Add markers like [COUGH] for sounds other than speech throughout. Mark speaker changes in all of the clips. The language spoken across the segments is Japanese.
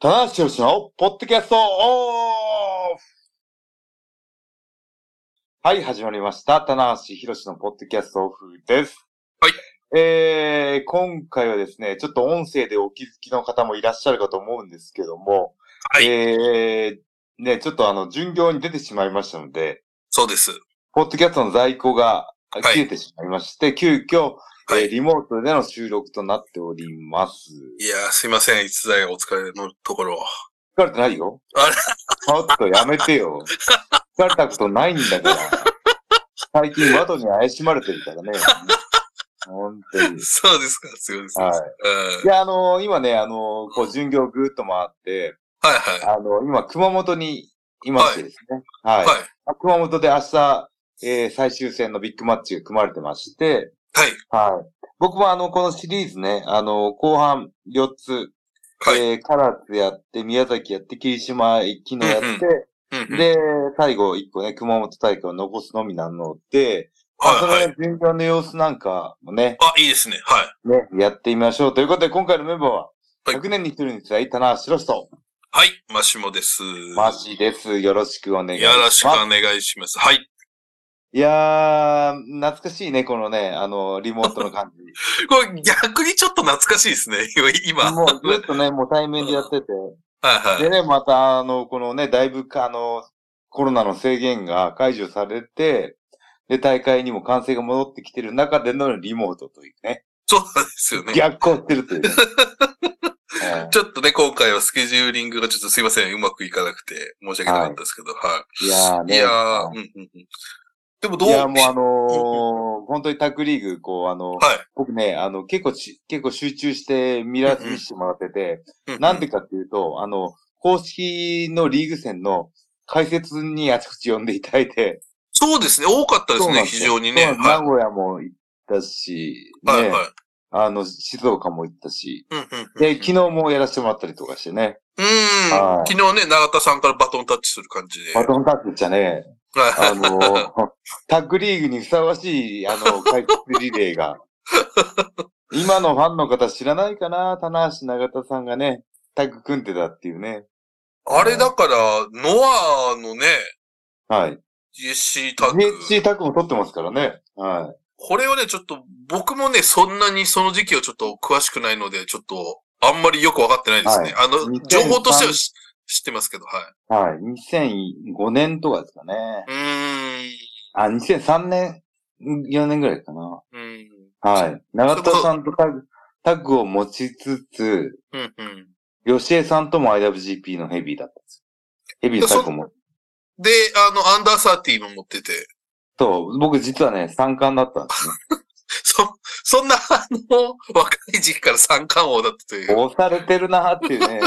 Speaker 1: 棚橋宏のポッドキャストオフはい、始まりました。棚橋宏のポッドキャストオフです。
Speaker 2: はい。
Speaker 1: えー、今回はですね、ちょっと音声でお気づきの方もいらっしゃるかと思うんですけども、
Speaker 2: はい
Speaker 1: えー、ね、ちょっとあの、巡業に出てしまいましたので、
Speaker 2: そうです。
Speaker 1: ポッドキャストの在庫が
Speaker 2: い
Speaker 1: 切れてしまいまして、急遽、
Speaker 2: は
Speaker 1: えー
Speaker 2: い。
Speaker 1: リモートでの収録となっております。
Speaker 2: いやー、すいません。逸材お疲れのところ。
Speaker 1: 疲れてないよ。
Speaker 2: あ
Speaker 1: ちょっとやめてよ。疲れたことないんだから。最近ワトに怪しまれてるからね。本当に。
Speaker 2: [LAUGHS] そうですか。すいません。
Speaker 1: はい
Speaker 2: うん
Speaker 1: いや、あのー今ね、あのーこう、巡業ぐーっと回って、
Speaker 2: はいはい。
Speaker 1: あのー今、熊本にいましてですね。はい。
Speaker 2: はい。
Speaker 1: 熊本で明日、えー最終戦のビッグマッチが組まれてまして、
Speaker 2: はい。
Speaker 1: はい。僕もあの、このシリーズね、あのー後半4つ、
Speaker 2: はい。
Speaker 1: えー唐津やって、宮崎やって、霧島、昨日やって、
Speaker 2: うんうんうんうん
Speaker 1: で、最後一個ね、熊本大会を残すのみなので、まあそ
Speaker 2: は
Speaker 1: れ
Speaker 2: いはい。
Speaker 1: の巡業の様子なんかもね、
Speaker 2: あ、いいですね。はい。
Speaker 1: ね、やってみましょう。ということで、今回のメンバーは、
Speaker 2: はい
Speaker 1: 100年に一人に伝え、棚橋宏と、
Speaker 2: はい。マシモです。
Speaker 1: マシです。よろしくお願いし
Speaker 2: よ
Speaker 1: ま
Speaker 2: ろ
Speaker 1: す。
Speaker 2: しくお願いします。はい。
Speaker 1: いやー、懐かしいね、このね、あの、リモートの
Speaker 2: [LAUGHS]
Speaker 1: 感じ。
Speaker 2: これ逆にちょっと懐かしいですね。 [LAUGHS] 今。はい
Speaker 1: もうずっとね、もう対面でやってて。
Speaker 2: はい
Speaker 1: で。ね、また、あの、このね、だいぶか、あの、コロナの制限が解除されて、で、大会にも歓声が戻ってきてる中でのリモートというね。
Speaker 2: そうなんですよね。
Speaker 1: 逆行してると
Speaker 2: [LAUGHS]
Speaker 1: いうね。え
Speaker 2: ちょっとね、今回はスケジューリングがちょっとすいません。うまくいかなくて、申し訳なかったですけど、は
Speaker 1: えいやー
Speaker 2: い。
Speaker 1: ね。
Speaker 2: いやー、うんうんうん。でもどう
Speaker 1: いやもうあのー本当にタッグリーグ、こう、あの、
Speaker 2: はい
Speaker 1: 僕ね、あの、結構ち、結構集中して見ら、
Speaker 2: うんうん
Speaker 1: 見せてもらってて、
Speaker 2: うう
Speaker 1: なんでかっていうと、あの、公式のリーグ戦の解説にあちこち呼んでいただいて、
Speaker 2: そうですね、多かったです
Speaker 1: そうなん
Speaker 2: ね、
Speaker 1: です
Speaker 2: 非
Speaker 1: よ
Speaker 2: 常にね。
Speaker 1: そうなん
Speaker 2: はい
Speaker 1: です名古屋も行ったし、ね、
Speaker 2: はいはい。
Speaker 1: あの、静岡も行ったし、
Speaker 2: うんうんうん
Speaker 1: で、昨日もやらせてもらったりとかしてね、
Speaker 2: う
Speaker 1: は
Speaker 2: ん。
Speaker 1: い
Speaker 2: 昨日ね、永田さんからバトンタッチする感じで。
Speaker 1: バトンタッチじゃね、あ
Speaker 2: はい
Speaker 1: の
Speaker 2: [LAUGHS]
Speaker 1: ータッグリーグにふさわしい、あの、解説リレーが。今のファンの方知らないかな棚橋永田さんがね、タッグ組んでたっていうね。
Speaker 2: あれだから、ノアのね、
Speaker 1: はい。
Speaker 2: GSC タッグ。
Speaker 1: GHC タッグも取ってますからね。は
Speaker 2: これはね、ちょっと、僕もね、そんなにその時期をちょっと詳しくないので、ちょっと、あんまりよくわかってないですね。あの、
Speaker 1: 2003。
Speaker 2: 情報としてはし知ってますけど、はい
Speaker 1: はい。2005年とかですかね。
Speaker 2: い。うーん。
Speaker 1: あ、2003年、4年ぐらいかな。
Speaker 2: うん。
Speaker 1: はい。永田さんとタッグ、タッグを持ちつつ、
Speaker 2: うんうん。
Speaker 1: 吉江さんとも IWGP のヘビーだったんですよ。ヘビーのタッグも。
Speaker 2: で、あの、アンダーサーティーも持ってて。
Speaker 1: そう、僕実はね、三冠だったんですね。
Speaker 2: そ、そんな、 [LAUGHS] あの、若い時期から三冠王だったという。
Speaker 1: 押されてるなーっていう
Speaker 2: [LAUGHS]
Speaker 1: ね。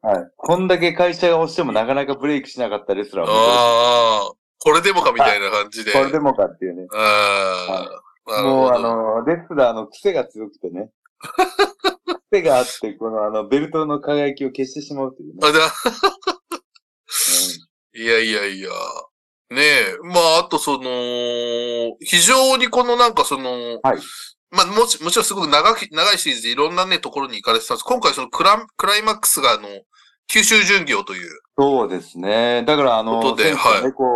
Speaker 1: はい。こんだけ会社が押してもなかなかブレイクしなかったレスラーも
Speaker 2: ああ、これでもかみたいな感じで。
Speaker 1: いるしこれでもかっていうね。
Speaker 2: ああ、なる
Speaker 1: もう
Speaker 2: ほ
Speaker 1: あ
Speaker 2: ど。
Speaker 1: の、レスラーの癖が強くて
Speaker 2: [LAUGHS]
Speaker 1: ね。癖があって、このあの、ベルトの輝きを消してしまうっていうね。
Speaker 2: あだいやいやいや。ねえ。まあ、あとその、非常にこのなんかその、
Speaker 1: はい
Speaker 2: まあ、もち、もちろんすごく長き、長いシリーズでいろんなね、ところに行かれてたんです。今回そのクラン、クライマックスがあの、九州巡業という。
Speaker 1: そうですね。だからあ
Speaker 2: こ
Speaker 1: の、
Speaker 2: とで
Speaker 1: 選手が
Speaker 2: は
Speaker 1: ね、こう、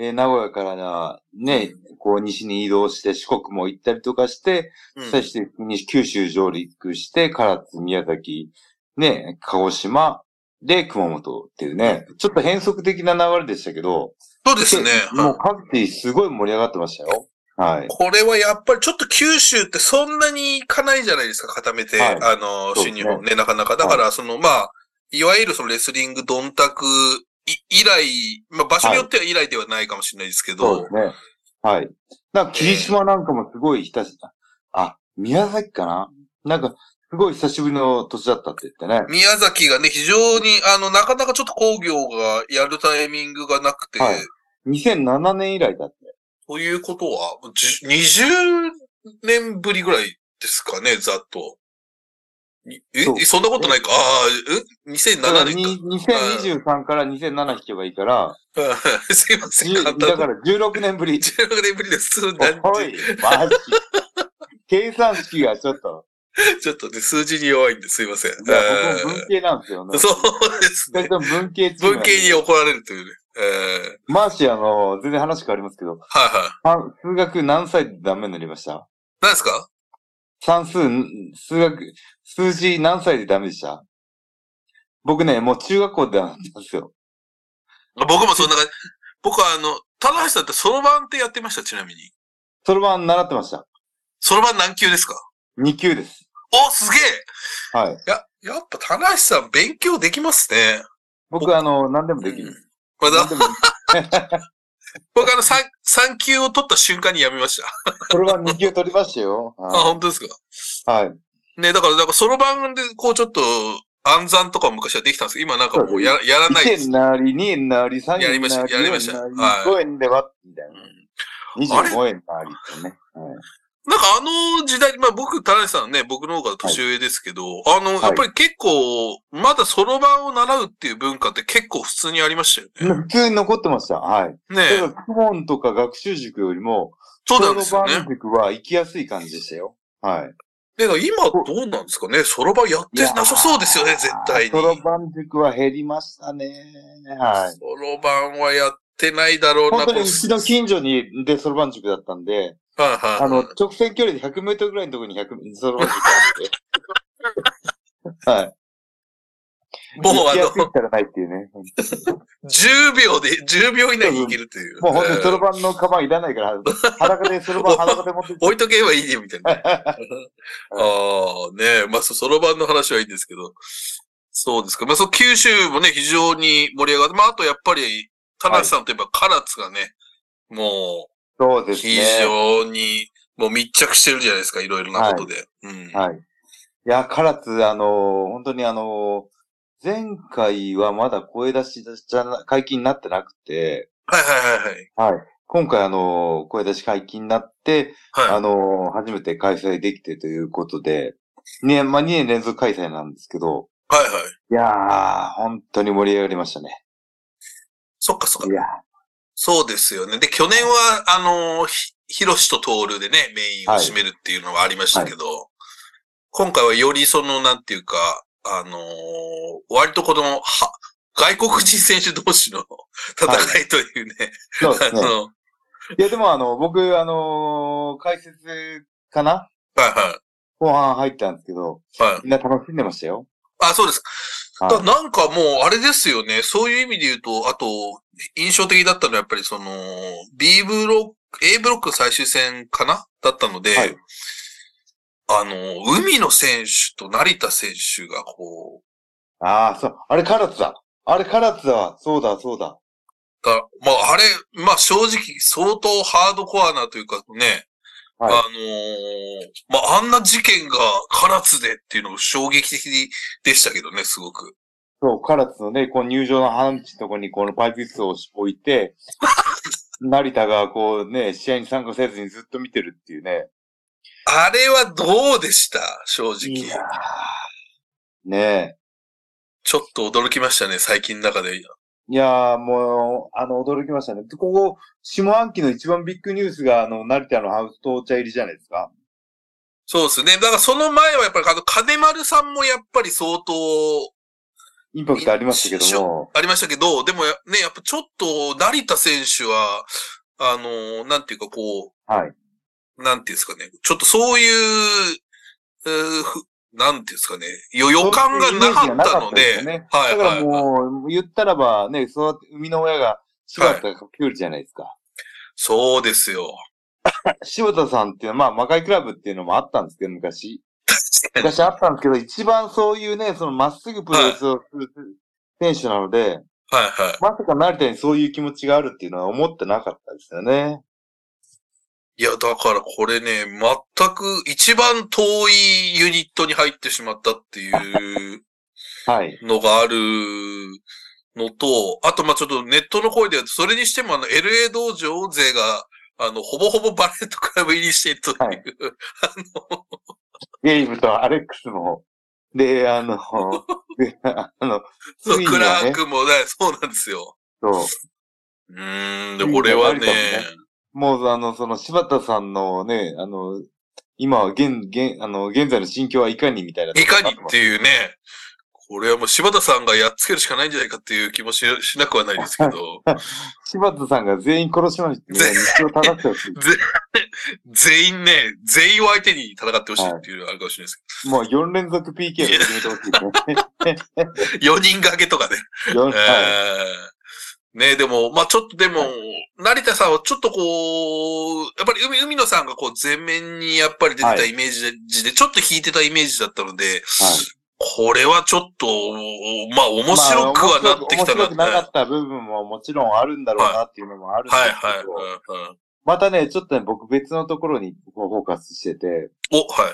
Speaker 1: えー名古屋からね、こう、西に移動して、四国も行ったりとかして、
Speaker 2: うん。
Speaker 1: そして、西九州上陸して、唐津、宮崎、ね、鹿児島、で、熊本っていうね、ちょっと変則的な流れでしたけど、
Speaker 2: そうですね。
Speaker 1: もう各地すごい盛り上がってましたよ。はい。
Speaker 2: [LAUGHS] これはやっぱりちょっと九州ってそんなに行かないじゃないですか、固めて。
Speaker 1: はい
Speaker 2: あの、
Speaker 1: そうですね
Speaker 2: 新日本ね、なかなか。だから、その、まあ、いわゆるそのレスリング、ドンタクい以来、まあ場所によっては以来ではないかもしれないですけ
Speaker 1: そう
Speaker 2: ど、
Speaker 1: ですね。はい。なんか、霧島なんかもすごい久し、あ、宮崎かななんか、すごい久しぶりの土地だったって言ってね。
Speaker 2: 宮崎がね、非常に、あの、なかなかちょっと工業がやるタイミングがなくて、
Speaker 1: はい2007年以来だって。
Speaker 2: ということは、じ20年ぶりぐらいですかね、ざっと。にえ
Speaker 1: そう
Speaker 2: そんなことないか。ああ、え ?2007 年か。
Speaker 1: 2023から2007引けばいい
Speaker 2: [LAUGHS]
Speaker 1: から、
Speaker 2: すいません、簡単
Speaker 1: だから16年ぶり。
Speaker 2: 16年ぶりです。
Speaker 1: おい、マジ。計算式がちょっと、
Speaker 2: ちょっとね、数字に弱いんですいません。
Speaker 1: いや、僕も文系なんですよ
Speaker 2: えー
Speaker 1: ね。
Speaker 2: そうです
Speaker 1: 二
Speaker 2: ね
Speaker 1: 人。とも文系チームなん
Speaker 2: 文
Speaker 1: で
Speaker 2: 系に怒られるというね。えー
Speaker 1: マーシーあの、全然話変わりますけど、
Speaker 2: はいはい。
Speaker 1: 算数学何歳でダメになりました
Speaker 2: 何ですか
Speaker 1: 算数、数学、数字何歳でダメでした僕ね、もう中学校でなんですよ。
Speaker 2: 僕もそんな感じ。僕はあの、棚橋さんってそろばんってやってました、ちなみに。
Speaker 1: そろばん習ってました。
Speaker 2: そろばん何級ですか
Speaker 1: 2級です。
Speaker 2: お、すげえ
Speaker 1: はい。
Speaker 2: や、やっぱ棚橋さん勉強できますね。
Speaker 1: 僕あの、何でもできる。
Speaker 2: ま
Speaker 1: 何
Speaker 2: だ、
Speaker 1: でもできる。
Speaker 2: 僕あの、3、三級を取った瞬間にやめました。
Speaker 1: そろばん2級取りましたよ。
Speaker 2: あ、
Speaker 1: は
Speaker 2: 本当ですか
Speaker 1: い。はい、
Speaker 2: ね、だから、だからそろばんで、こうちょっと、暗算とかも昔はできたんですけど、今なんかもうややらない
Speaker 1: 1
Speaker 2: で
Speaker 1: 円
Speaker 2: す。
Speaker 1: なり、2円なり、3円なり、
Speaker 2: やりましたやりました
Speaker 1: 4円な
Speaker 2: はい
Speaker 1: り5円で割ってみたい
Speaker 2: うん
Speaker 1: な。25円なりってね。はい
Speaker 2: なんかあの時代、まあ僕、田中さんね、僕の方が年上ですけど、あの、やっぱり結構、まだそろばんを習うっていう文化って結構普通にありましたよね。
Speaker 1: 普通に残ってました。はい。
Speaker 2: ね
Speaker 1: だか
Speaker 2: え
Speaker 1: ら、クモンとか学習塾よりも、
Speaker 2: そうなんですよね
Speaker 1: そろば。ん塾は行きやすい感じでしたよ。はい。
Speaker 2: で、だから今どうなんですかねそろばんやってなさそうですよね、絶対に。
Speaker 1: そろばん塾は減りましたね。はい。
Speaker 2: そろばんはやってないだろうな、
Speaker 1: 本当にう
Speaker 2: こ [LAUGHS]
Speaker 1: ちの近所に、で、そろばん塾だったんで、
Speaker 2: うはいはい。
Speaker 1: あの、直線距離で100メートルぐらいのところに100、そ
Speaker 2: [LAUGHS]
Speaker 1: ろばん塾があって。はい。
Speaker 2: もう
Speaker 1: 行
Speaker 2: あ
Speaker 1: きやすい
Speaker 2: の、
Speaker 1: ったらないっていうね。
Speaker 2: 10秒で、10秒以内にいけるという。
Speaker 1: もう本当にそろ
Speaker 2: ん。
Speaker 1: ばんのカバンいらない
Speaker 2: [LAUGHS]
Speaker 1: から、裸で、そろばん裸で持って
Speaker 2: 置いとけばいいね、みた
Speaker 1: [LAUGHS]
Speaker 2: いな。ああ、ねえ、まあ、そそろばんの話はいいんですけど。そうですか。まあ、そう、九州もね、非常に盛り上がって、まあ、あとやっぱり、田中さんといえば、唐津がね、も
Speaker 1: そう
Speaker 2: う、
Speaker 1: です
Speaker 2: 非
Speaker 1: ね。
Speaker 2: 常に、もう密着してるじゃないですか、いろいろなことで。うん。
Speaker 1: はい。いや、唐津、あのー本当にあのー前回はまだ声出しじゃな、解禁になってなくて、
Speaker 2: はいはいはいはい。
Speaker 1: はい。今回あのー声出し解禁になって、
Speaker 2: は
Speaker 1: あ
Speaker 2: い。
Speaker 1: のー初めて開催できてということで、ね、まあ、2年連続開催なんですけど、
Speaker 2: はいはい。
Speaker 1: いやー、本当に盛り上がりましたね。
Speaker 2: そっかそっ
Speaker 1: い
Speaker 2: か。
Speaker 1: や
Speaker 2: そうですよね。で、去年は、あのー、ひひろしとトールでね、メインを占めるっていうのはありましたけど、今回はよりその、なんていうか、あのー割とこの、は、外国人選手同士の戦いというね、
Speaker 1: ー、そうです
Speaker 2: [LAUGHS] あの、
Speaker 1: ね。いや、でもあの、僕、あのー解説かな
Speaker 2: はいは
Speaker 1: 後半入ったんですけど、
Speaker 2: い。はい。
Speaker 1: みんな楽しんでましたよ。
Speaker 2: あ、そうですか。
Speaker 1: はい
Speaker 2: だなんかもう、あれですよね。そういう意味で言うと、あと、印象的だったのはやっぱりその、B ブロック、A ブロック最終戦かなだったので、
Speaker 1: はい
Speaker 2: あの、海野選手と成田選手がこ
Speaker 1: ああ、そう。あれ、唐津だ。あれ、唐津だわ。そうだ、そうだ。
Speaker 2: う、だまあ、あれ、まあ正直相当ハードコアなというかね、
Speaker 1: はい
Speaker 2: あのーまああんな事件が唐津でっていうのも衝撃的でしたけどね、すごく。
Speaker 1: そう、唐津のね、この入場の半地のとこにこのパイプ椅子を置いて、 [LAUGHS] 成田がこうね、試合に参加せずにずっと見てるっていうね。
Speaker 2: あれはどうでした正直。
Speaker 1: いやーねえ。
Speaker 2: ちょっと驚きましたね、最近の中で。
Speaker 1: いやーもう、あの、驚きましたね。でここ、下半期の一番ビッグニュースが、あの、成田のハウス到茶入りじゃないですか。
Speaker 2: そうですね。だからその前はやっぱり、あの、金丸さんもやっぱり相当
Speaker 1: インパクトありましたけども。
Speaker 2: ありましたけど、でもやね、やっぱちょっと成田選手は、あの、なんていうかこ
Speaker 1: はい。
Speaker 2: う、なんていうんですかね、ちょっとそういう、うーふなんていうんですかね、よ予感がなかった
Speaker 1: そういうイメージがなかっ
Speaker 2: ので、
Speaker 1: たですよね
Speaker 2: は
Speaker 1: だか
Speaker 2: いは
Speaker 1: ら
Speaker 2: いはい。
Speaker 1: もう、言ったらば、ね、そうやって生みの親が、柴田かきゅうりじゃないですか。
Speaker 2: そうですよ。
Speaker 1: 柴田さんっていうのは、まあ、魔界クラブっていうのもあったんですけど、昔。昔あったんですけど、一番そういうね、そのまっすぐプレスをする選手なので、
Speaker 2: はいは
Speaker 1: まさか成田にそういう気持ちがあるっていうのは思ってなかったですよね。
Speaker 2: い。いや、だからこれね、全く一番遠いユニットに入ってしまったっていう
Speaker 1: はい。
Speaker 2: のがあるのと、あと、ま、ちょっとネットの声では、それにしても、あの、LA 道場勢が、あの、ほぼほぼバレットクラブ入りしているという、
Speaker 1: はゲイブとアレックスも。で、
Speaker 2: [LAUGHS]
Speaker 1: あの、であの、
Speaker 2: そう
Speaker 1: ついにはね
Speaker 2: クラークもね、そうなんですよ。
Speaker 1: そう。
Speaker 2: うーん、で、これはね
Speaker 1: ついにはバレたもん、もう、あの、その柴田さんのね、あの、今は現、現、あの、現在の心境はいかにみたいな。
Speaker 2: いかにっていうね、これはもう柴田さんがやっつけるしかないんじゃないかっていう気もししなくはないですけ [LAUGHS] ど、
Speaker 1: 柴田さんが全員殺しました。日を叩くてほしい。
Speaker 2: ぜ全員ね、全員を相手に戦ってほしいっていうのがあるかもしれないです [LAUGHS]
Speaker 1: もう4連続 PK を決めてほしいですね。
Speaker 2: けど、4人掛けとかね。
Speaker 1: 四は
Speaker 2: えーねでも、まあ、ちょっとでも、成田さんはちょっとこう、やっぱり海海野さんがこう前面にやっぱり出てた
Speaker 1: はい
Speaker 2: イメージで、ちょっと引いてたイメージだったので、これはちょっと、まあ、
Speaker 1: い
Speaker 2: 面白くはなってきた
Speaker 1: まあ面白
Speaker 2: な。
Speaker 1: くなかった部分ももちろんあるんだろうなっていうのもあるんです
Speaker 2: はい
Speaker 1: けど、
Speaker 2: はいはい。
Speaker 1: またね、ちょっとね、僕別のところにこうフォーカスしてて、
Speaker 2: お、はい。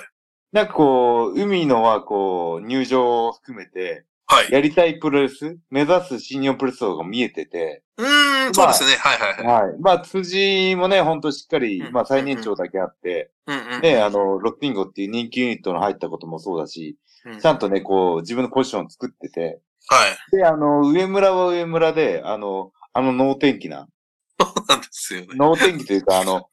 Speaker 1: なんかこう、海野はこう、入場を含めて、
Speaker 2: はい。
Speaker 1: やりたいプロレス、目指す新日本プロレス層が見えてて、
Speaker 2: うーん、そうですね。はいはいはい。
Speaker 1: はい。まあ、辻もね、ほんとしっかり
Speaker 2: う、ん
Speaker 1: まあ、最年長だけあって、
Speaker 2: うんうん。
Speaker 1: ね、あの、ロッキンゴっていう人気ユニットの入ったこともそうだし、
Speaker 2: うん
Speaker 1: ちゃんとね、こう、自分のポジションを作ってて、
Speaker 2: はい。
Speaker 1: で、あの、上村は上村で、あの、あの、能天気な、
Speaker 2: そうなんですよね。
Speaker 1: 能天気というか、あ
Speaker 2: [LAUGHS]
Speaker 1: の、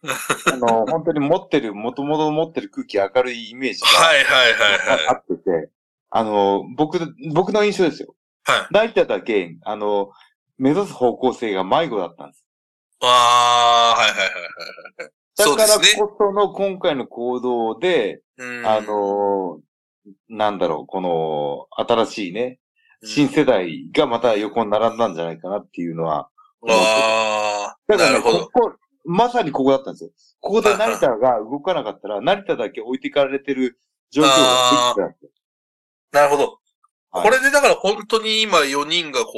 Speaker 1: あの、本当に持ってる、もともと持ってる空気明るいイメージが、
Speaker 2: はいはいはい
Speaker 1: あ
Speaker 2: はい。
Speaker 1: ってて、あの、僕、僕の印象ですよ。
Speaker 2: はい。
Speaker 1: 成田だけ、あの、目指す方向性が迷子だったんです。
Speaker 2: ああ、はいはいはいはい。
Speaker 1: だ
Speaker 2: そう
Speaker 1: か
Speaker 2: で
Speaker 1: ら
Speaker 2: すね。
Speaker 1: こその今回の行動で、
Speaker 2: うん
Speaker 1: あ、の、なんだろう、この、新しいね、
Speaker 2: うん
Speaker 1: 新世代がまた横に並んだんじゃないかなっていうのは。
Speaker 2: ああ、
Speaker 1: だか
Speaker 2: な
Speaker 1: ら
Speaker 2: る
Speaker 1: ね、
Speaker 2: ほど
Speaker 1: こ。こ、まさにここだったんですよ。ここで成田が動かなか
Speaker 2: [LAUGHS]
Speaker 1: ったら、成田だけ置いてかれてる状況ができてたんですよ。
Speaker 2: なるほど。
Speaker 1: はい
Speaker 2: これでだから本当に今4人がこ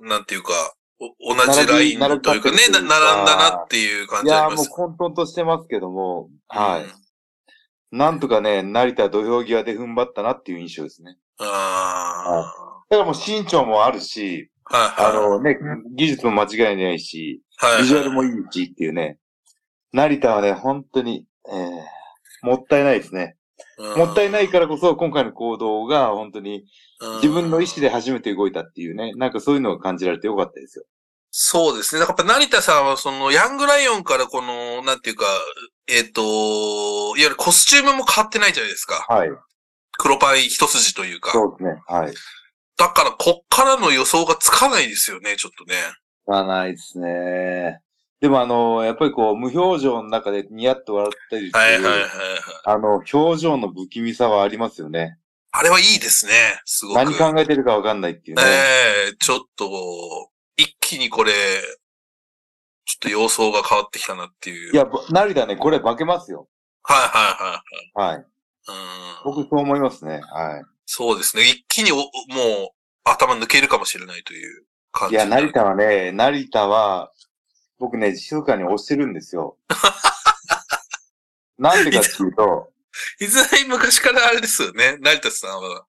Speaker 2: う、なんていうか、お同じラインというかね、
Speaker 1: 並
Speaker 2: な並ん
Speaker 1: び
Speaker 2: だなっていう感
Speaker 1: い
Speaker 2: じあ
Speaker 1: や
Speaker 2: り
Speaker 1: ー
Speaker 2: ま
Speaker 1: もう
Speaker 2: す。
Speaker 1: 混沌としてますけども、はい。
Speaker 2: うん
Speaker 1: なんとかね、成田土俵際で踏ん張ったなっていう印象ですね。
Speaker 2: あ
Speaker 1: だからもう身長もあるし、
Speaker 2: あ、はい
Speaker 1: あ
Speaker 2: はい。
Speaker 1: のね、技術も間違いないし、
Speaker 2: はいはい
Speaker 1: ビジュアルもいいしっていうね。成田はね、本当に、えーもったいないですね。
Speaker 2: うん
Speaker 1: もったいないからこそ、今回の行動が本当に自分の意思
Speaker 2: うん
Speaker 1: で初めて動いたっていうね、なんかそういうのを感じられてよかったですよ。
Speaker 2: そうですね。だからやっぱ成田さんはその、ヤングライオンからこの、なんていうか、えっ、と、いわゆるコスチュームも変わってないじゃないですか。
Speaker 1: はい。
Speaker 2: 黒パン一筋というか。
Speaker 1: そうですね。はい。
Speaker 2: だから、こっからの予想がつかないですよね、ちょっとね。
Speaker 1: はないですね。でもあの、やっぱりこう、無表情の中でニヤッと笑ったりって
Speaker 2: はい
Speaker 1: い
Speaker 2: は
Speaker 1: う、
Speaker 2: いはいはい。
Speaker 1: あの、表情の不気味さはありますよね。
Speaker 2: あれはいいですね、すごく。
Speaker 1: 何考えてるかわかんないっていうね。
Speaker 2: ええちょっと、一気にこれ、ちょっと様相が変わってきたなっていう。
Speaker 1: いや、ぼ成田ね、これ化けますよ。
Speaker 2: はいはいは
Speaker 1: はい。
Speaker 2: い。うん、
Speaker 1: 僕そう思いますね。はい。
Speaker 2: そうですね。一気におもう頭抜けるかもしれないという感
Speaker 1: い
Speaker 2: じ。
Speaker 1: や、成。田はね、成田は、僕ね、静かに押してるんです
Speaker 2: [LAUGHS]
Speaker 1: よ。なんでかっていうと、
Speaker 2: いずれ昔からあれですよね。成田さんは。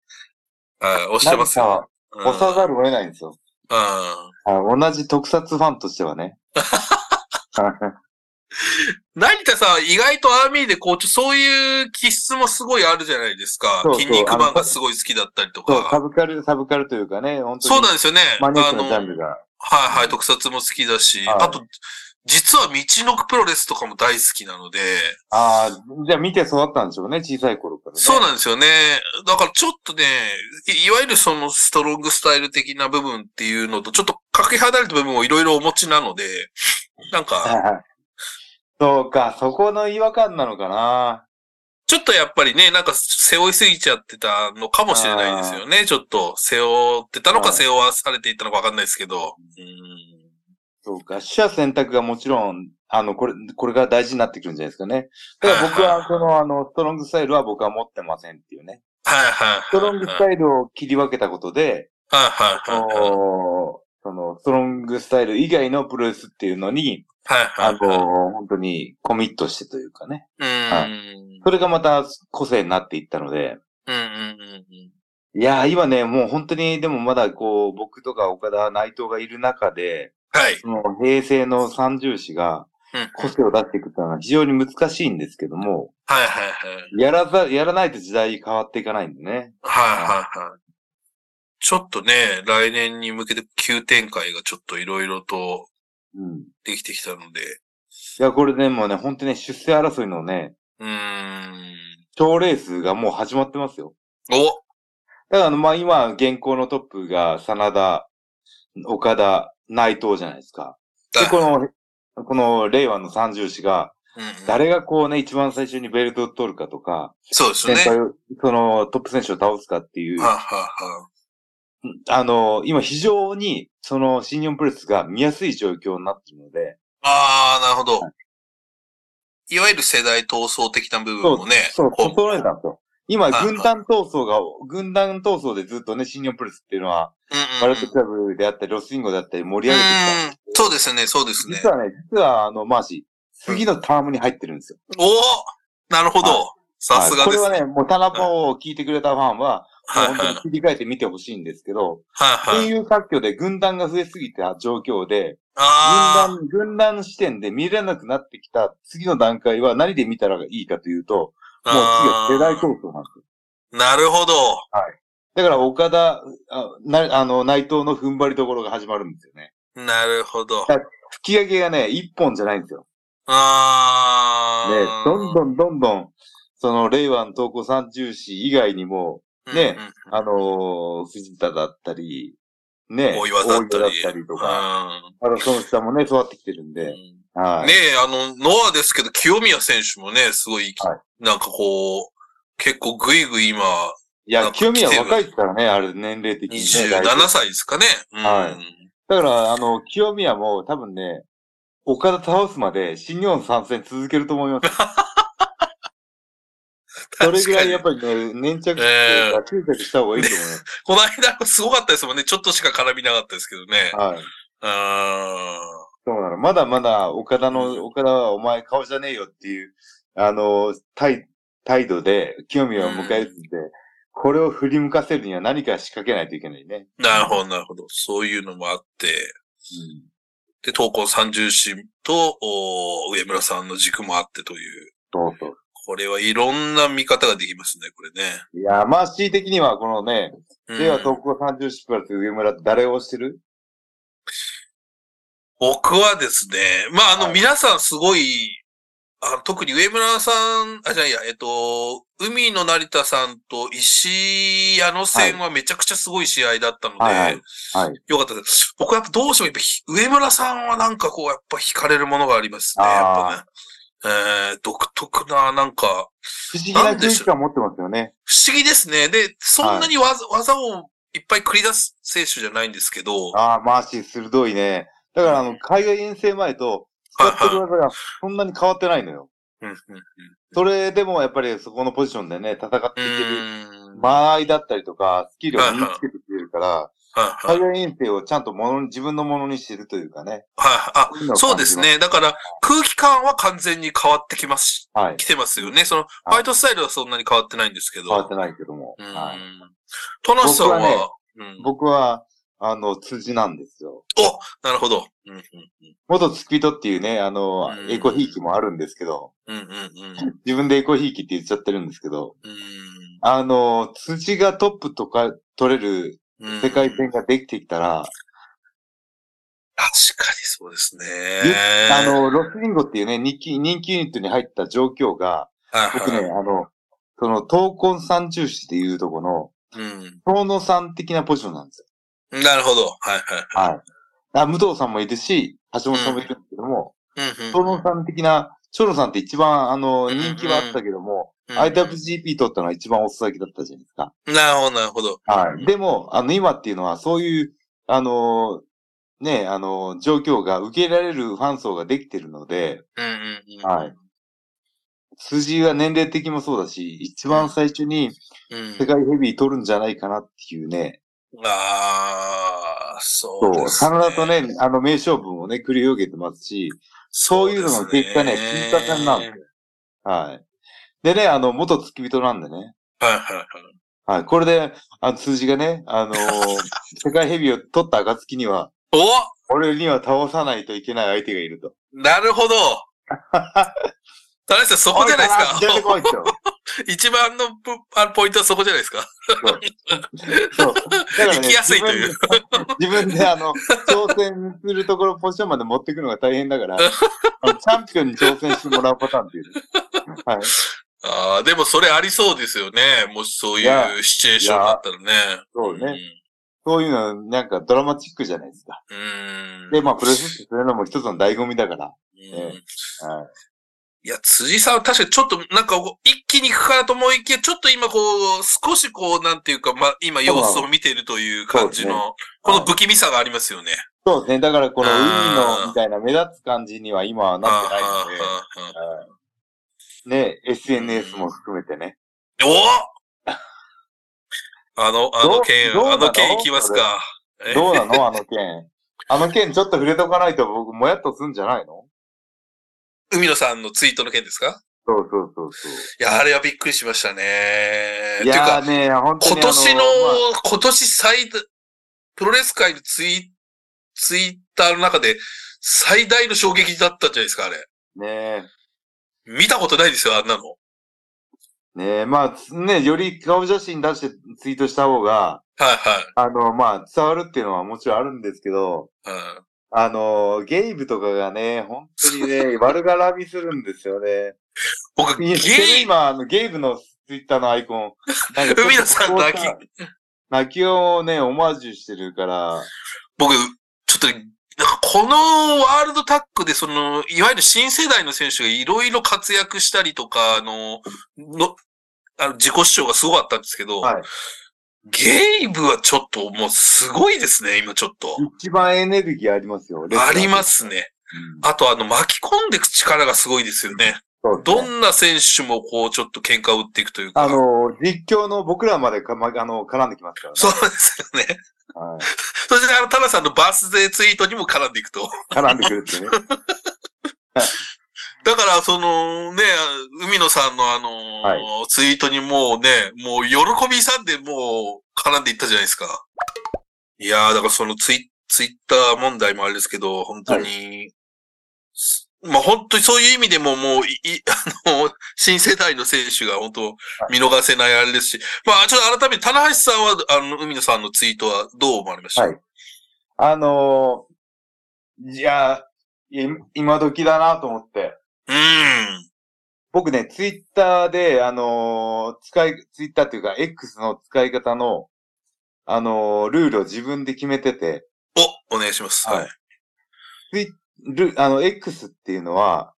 Speaker 2: はい、押して
Speaker 1: 成
Speaker 2: ます
Speaker 1: 田は
Speaker 2: よ。うん
Speaker 1: 押さざるを得ないんですよ。
Speaker 2: うん
Speaker 1: あ同じ特撮ファンとしてはね。
Speaker 2: 成田さんは意外とアーミーでこう、ちょそういう気質もすごいあるじゃないですか。
Speaker 1: そうそう
Speaker 2: 筋肉マン
Speaker 1: あの
Speaker 2: がすごい好きだったりと
Speaker 1: そう、サ
Speaker 2: か。
Speaker 1: ブカル、サブカルというかね、本
Speaker 2: そ
Speaker 1: 当
Speaker 2: う
Speaker 1: に
Speaker 2: なんですよね。
Speaker 1: マニアック
Speaker 2: あ
Speaker 1: な
Speaker 2: の
Speaker 1: ジャンルが。
Speaker 2: はいはい、特撮も好きだし、
Speaker 1: はい
Speaker 2: あと、実は道のくプロレスとかも大好きなので、
Speaker 1: ああ、じゃあ見て育ったんでしょうね、小さい頃からね。
Speaker 2: そうなんですよね。だからちょっとね、いいわゆるそのストロングスタイル的な部分っていうのと、ちょっとかけ離れた部分をいろいろお持ちなので、なんか、
Speaker 1: はいはいそうか、そこの違和感なのかな。
Speaker 2: ちょっとやっぱりね、なんか背負いすぎちゃってたのかもしれないですよね。ちょっと背負ってたのか
Speaker 1: はい
Speaker 2: 背負わされていたのかわかんないですけど。うん
Speaker 1: そうか、死者選択がもちろん、あの、これ、これが大事になってくるんじゃないですかね。だから僕は、その、あの、ストロングスタイルは僕は持ってませんっていうね。
Speaker 2: はいはい。
Speaker 1: ストロングスタイルを切り分けたことで、
Speaker 2: はいはいはいはい。
Speaker 1: おその、ストロングスタイル以外のプロレスっていうのに、
Speaker 2: はい
Speaker 1: あ
Speaker 2: はい
Speaker 1: の、
Speaker 2: はい。
Speaker 1: 本当にコミットしてというかね。
Speaker 2: うん。
Speaker 1: それがまた個性になっていったので、
Speaker 2: うんうんうんうん。
Speaker 1: いやー、今ね、もう本当に、でもまだこう、僕とか岡田、内藤がいる中で、
Speaker 2: はい。
Speaker 1: その平成の三重士が
Speaker 2: うん
Speaker 1: 個性を出していくっていうのは非常に難しいんですけども、
Speaker 2: はいはいはい。
Speaker 1: やらざ、やらないと時代変わっていかないんでね。
Speaker 2: はいはいはい。ちょっとね、来年に向けて急展開がちょっといろいろと
Speaker 1: うん。
Speaker 2: できてきたので。
Speaker 1: いや、これでもね、本当にね、出世争いのね、
Speaker 2: うーん。
Speaker 1: 賞レースがもう始まってますよ。
Speaker 2: お
Speaker 1: だからあの、まあ、今、現行のトップが、真田、岡田、内藤じゃないですか。で、この、この令和の三重士が、
Speaker 2: うんうん
Speaker 1: 誰がこうね、一番最初にベルトを取るかとか、
Speaker 2: そうですね。
Speaker 1: 先
Speaker 2: は
Speaker 1: 輩を、そのトップ選手を倒すかっていう
Speaker 2: あ、はあはあ
Speaker 1: あの、今非常に、その新日本プロレスが見やすい状況になっているので、
Speaker 2: ああ、なるほど
Speaker 1: は。
Speaker 2: いわゆる世代闘争的な部分もね。
Speaker 1: そう、
Speaker 2: こう
Speaker 1: 整えたんですよ。今、
Speaker 2: はい
Speaker 1: 軍団闘争が、軍団闘争でずっとね、新日本プロレスっていうのは、
Speaker 2: うん
Speaker 1: バ
Speaker 2: うんう
Speaker 1: レ
Speaker 2: ん
Speaker 1: ットクラブであったり、ロスインゴであったり盛り上げてき
Speaker 2: うんそうですね、そうです
Speaker 1: た。
Speaker 2: ね。
Speaker 1: 実はね、実はあの、マーシー、
Speaker 2: うん
Speaker 1: 次のタームに入ってるんですよ。
Speaker 2: おおなるほ
Speaker 1: はい
Speaker 2: ど。さすがです。
Speaker 1: は
Speaker 2: はい
Speaker 1: これはね、もうタナパを聞いてくれたファンは、もう
Speaker 2: い
Speaker 1: 本
Speaker 2: は
Speaker 1: 当
Speaker 2: い
Speaker 1: に切り替えて見てほしいんですけど、
Speaker 2: はい
Speaker 1: っ
Speaker 2: は
Speaker 1: て
Speaker 2: い。
Speaker 1: いう作業で軍団が増えすぎた状況で、
Speaker 2: あ
Speaker 1: 軍団、軍団視点で見れなくなってきた次の段階は何で見たらいいかというと、もう次は
Speaker 2: あ。
Speaker 1: 世代
Speaker 2: あ
Speaker 1: 闘争なんですよ。
Speaker 2: ーなるほど。
Speaker 1: だから岡田、あなあの、内藤の踏ん張りどころが始まるんですよね。
Speaker 2: なるほど。
Speaker 1: 吹き上げがね、一本じゃないんですよ。
Speaker 2: あ
Speaker 1: ね、
Speaker 2: あ。
Speaker 1: どんどんどんどん、その、令和の東高三重士以外にも、ね
Speaker 2: うんうんうん
Speaker 1: あのー藤田だったり、ね、
Speaker 2: 大岩だっ
Speaker 1: 大
Speaker 2: たり。
Speaker 1: 岩だったりとか、マラソン下もね、育ってきてるん
Speaker 2: うん
Speaker 1: で、はい。
Speaker 2: ねえ、あの、ノアですけど、清宮選手もね、すごい、
Speaker 1: は
Speaker 2: なんかこう、結構ぐいぐい今、
Speaker 1: い
Speaker 2: な
Speaker 1: や、
Speaker 2: んか
Speaker 1: 清宮
Speaker 2: 来てる
Speaker 1: 若いですからね、あれ、年齢的にね。
Speaker 2: 27
Speaker 1: だいぶ
Speaker 2: 歳ですかね。うん
Speaker 1: はだから、あの、清宮も多分ね、岡田倒すまで新日本参戦続けると思います。
Speaker 2: [LAUGHS]
Speaker 1: それぐらいやっぱりね、粘着、
Speaker 2: ええ
Speaker 1: 執着した方がいいと思い
Speaker 2: [LAUGHS]
Speaker 1: ます。
Speaker 2: この間すごかったですもんね。ちょっとしか絡みなかったですけどね。
Speaker 1: はい。
Speaker 2: うーん。
Speaker 1: そうなの。まだまだ岡田
Speaker 2: うん
Speaker 1: の、岡田はお前顔じゃねえよっていう、あの、態態度で清宮を迎えるんで、これを振り向かせるには何か仕掛けないといけないね。
Speaker 2: なるほど、なるほど。そういうのもあって、で、東高三重心と、お上村さんの軸もあってという。
Speaker 1: うん。そうそう。
Speaker 2: これはいろんな見方ができますね、これね。
Speaker 1: いやー、マーシー的にはこのね、
Speaker 2: うん
Speaker 1: 令和東高30シプラス上村って誰を推してる
Speaker 2: 僕はですね、まあ、あの、
Speaker 1: はい
Speaker 2: 皆さんすごい、あ特に上村さん、あ、じゃあいや、えっと、海の成田さんと石矢野戦はめちゃくちゃすごい試合だったので、
Speaker 1: はいはいはい。
Speaker 2: よかったです。僕はやっぱどうしてもやっぱひ上村さんはなんかこう、やっぱ惹かれるものがありますね、
Speaker 1: あー
Speaker 2: やっぱね。えー、独特な、なんか、
Speaker 1: 不思議な空気感持ってますよね。
Speaker 2: 不思議ですね。で、そんなに技,、技をいっぱい繰り出す選手じゃないんですけど、
Speaker 1: ああ、マーシー鋭いね。だから、あの、海外遠征前と、使ってる技がそんなに変わってないのよ。
Speaker 2: うんうんうん
Speaker 1: それでもやっぱりそこのポジションでね、戦って
Speaker 2: う
Speaker 1: いける
Speaker 2: ーん
Speaker 1: 間合いだったりとか、スキルを身につけてくれるから、
Speaker 2: はいはい
Speaker 1: 海外遠征をちゃんとものに、自分のものにしてるというかね。
Speaker 2: はい。
Speaker 1: いの
Speaker 2: あ、
Speaker 1: を
Speaker 2: そうですね。だから、空気感は完全に変わってきますし、
Speaker 1: はい。
Speaker 2: 来てますよね。その、ファイトスタイルはそんなに変わってないんですけど。
Speaker 1: 変わってないけども。
Speaker 2: うん
Speaker 1: はい。。
Speaker 2: トナシさんは、
Speaker 1: 僕は
Speaker 2: うん、
Speaker 1: 僕は、あの、辻なんですよ。
Speaker 2: おなるほど。うんうん
Speaker 1: 元スピードっていうね、あの
Speaker 2: う、ん
Speaker 1: エコヒーキもあるんですけど、
Speaker 2: うんうんうん
Speaker 1: 自分でエコヒーキって言っちゃってるんですけど、
Speaker 2: うん
Speaker 1: あの、辻がトップとか取れる
Speaker 2: うん。
Speaker 1: 世界
Speaker 2: 確か
Speaker 1: 戦ができてきたら、
Speaker 2: にそうですね。
Speaker 1: あの、ロスリンゴっていうね、人気、人気ユニットに入った状況が、
Speaker 2: はい
Speaker 1: 僕ね、
Speaker 2: はい、
Speaker 1: あの、その、闘魂三重視っていうとこの、遠野さん的なポジションなんですよ。
Speaker 2: うん。なるほど。はいはい。
Speaker 1: はい。あ武藤さんもいるし、橋本さんもいるんですけども、
Speaker 2: うんうん
Speaker 1: 長野さん的な、長野さんって一番、あの、
Speaker 2: うん
Speaker 1: 人気はあったけども、
Speaker 2: うん
Speaker 1: IWGP 取ったのは一番遅咲きだったじゃないですか。
Speaker 2: なるほど、なるほど。
Speaker 1: はい。でも、あの、今っていうのは、そういう、あの、ね、あの、状況が受け入れられるファン層ができてるので、
Speaker 2: うんうんうん。
Speaker 1: はい。辻は年齢的もそうだし、一番最初に
Speaker 2: うん
Speaker 1: 世界ヘビー取るんじゃないかなっていうね、
Speaker 2: ああ、そ
Speaker 1: そうう、
Speaker 2: です、ね。
Speaker 1: 真田とね、あの、名勝負もね、繰り広げてますし、そういうのの結果ね、
Speaker 2: そうです
Speaker 1: 金太戦なんですよ。はい。でね、あの、元付き人なんでね。
Speaker 2: はいはいはい。
Speaker 1: はい。これで、あの、数字がね、あ
Speaker 2: [LAUGHS]
Speaker 1: のー世界ヘビーを取った暁には、
Speaker 2: お
Speaker 1: 俺には倒さないといけない相手がいると。 [LAUGHS]
Speaker 2: なるほど。田中さん、そこじゃないですか。
Speaker 1: おい田中出てこいっすよ。
Speaker 2: 一番のポあのポイントはそこじゃないですか。
Speaker 1: そう。だから
Speaker 2: 行きやすいという
Speaker 1: 自分で、自分であの、挑戦するところ、ポジションまで持っていくのが大変だから、あのチャンピオンに挑戦してもらうパターンっていうね。はい。
Speaker 2: ああ、でもそれありそうですよね。もしそう
Speaker 1: いや
Speaker 2: いうシチュエーションがあったらね。
Speaker 1: そうね。そういうの、なんかドラマチックじゃないですか。
Speaker 2: うん。うん。
Speaker 1: で、まあ、プロレスするのも一つの醍醐味だから。
Speaker 2: うん
Speaker 1: はい
Speaker 2: や、辻さんは確かにちょっと、なんかこう、一気に行くかなと思いきや、ちょっと今こう、少しこう、なんていうか、まあ、今様子を見ているという感じの、この不気味さがありますよね。
Speaker 1: そうですね。だから、この
Speaker 2: うん
Speaker 1: 海のみたいな目立つ感じには今はなってない
Speaker 2: あ
Speaker 1: ので、
Speaker 2: あああ
Speaker 1: ね、SNS も含めてね。
Speaker 2: おあの、あの件、
Speaker 1: どう
Speaker 2: あの件
Speaker 1: どうなの
Speaker 2: 行きますか。え
Speaker 1: どうなのあの件。あの件ちょっと触れとかないと僕もやっとすんじゃないの
Speaker 2: 海野さんのツイートの件ですか
Speaker 1: そうそうそうそう。
Speaker 2: いや、あれはびっくりしましたね。っ
Speaker 1: い
Speaker 2: ていう
Speaker 1: や
Speaker 2: か
Speaker 1: ー、ね、本当にあ。
Speaker 2: 今年の
Speaker 1: ま、
Speaker 2: 今年最大、プロレス界のツイ、ツイッターの中で最大の衝撃だったんじゃないですか、あれ。
Speaker 1: あね
Speaker 2: 見たことないですよ、あんなの。
Speaker 1: ねまあ、ね、より顔写真出してツイートした方が、
Speaker 2: はいはい
Speaker 1: あの、まあ、伝わるっていうのはもちろんあるんですけど、。
Speaker 2: うん
Speaker 1: あの、ゲイブとかがね、本当に
Speaker 2: [LAUGHS]
Speaker 1: ね、悪絡みするんですよね。
Speaker 2: 僕、
Speaker 1: いや知ってる
Speaker 2: ゲイ、
Speaker 1: 今、あの、ゲイブのツイッターのアイコン。なんか
Speaker 2: 海野さんの泣き
Speaker 1: ここさ泣きをね、オマージュしてるから、
Speaker 2: 僕、ちょっと、なんかこのワールドタックで、その、いわゆる新世代の選手がいろいろ活躍したりとか、あの、の、あの自己主張がすごかったんですけど、
Speaker 1: はい
Speaker 2: ゲイブはちょっともうすごいですね、今ちょっと。
Speaker 1: 一番エネルギーありますよ。。
Speaker 2: ありますすね。
Speaker 1: うん
Speaker 2: あとあの巻き込んでいく力がすごいですよね。
Speaker 1: そうですね
Speaker 2: どんな選手もこうちょっと喧嘩を打っていくというか。
Speaker 1: あの、実況の僕らまでか、ま、あの、絡んできますからね。
Speaker 2: そうですよね。
Speaker 1: はい
Speaker 2: そしてあの、タナさんのバースデーツイートにも絡んでいくと。
Speaker 1: 絡んでくるってね。
Speaker 2: だから、そのね、海野さんのあのー
Speaker 1: は
Speaker 2: ツイートにもうね、もう喜びさんでもう絡んでいったじゃないですか。いやー、だからそのツイツイッター問題もあれですけど、本当に、すまあ本当にそういう意味でももうい、い、 [LAUGHS] あの、新世代の選手が本当見逃せないあれですし、まあちょっと改めて、棚橋さんは、あの、海野さんのツイートはどう思われました、
Speaker 1: はいあのー、いや、い今時だなと思って。
Speaker 2: うーん。
Speaker 1: 僕ね、ツイッターで、あのー使い、ツイッターっていうか、X の使い方の、あのールールを自分で決めてて、
Speaker 2: お、お願いします。
Speaker 1: はい
Speaker 2: はい。
Speaker 1: ル、あの、X っていうのは、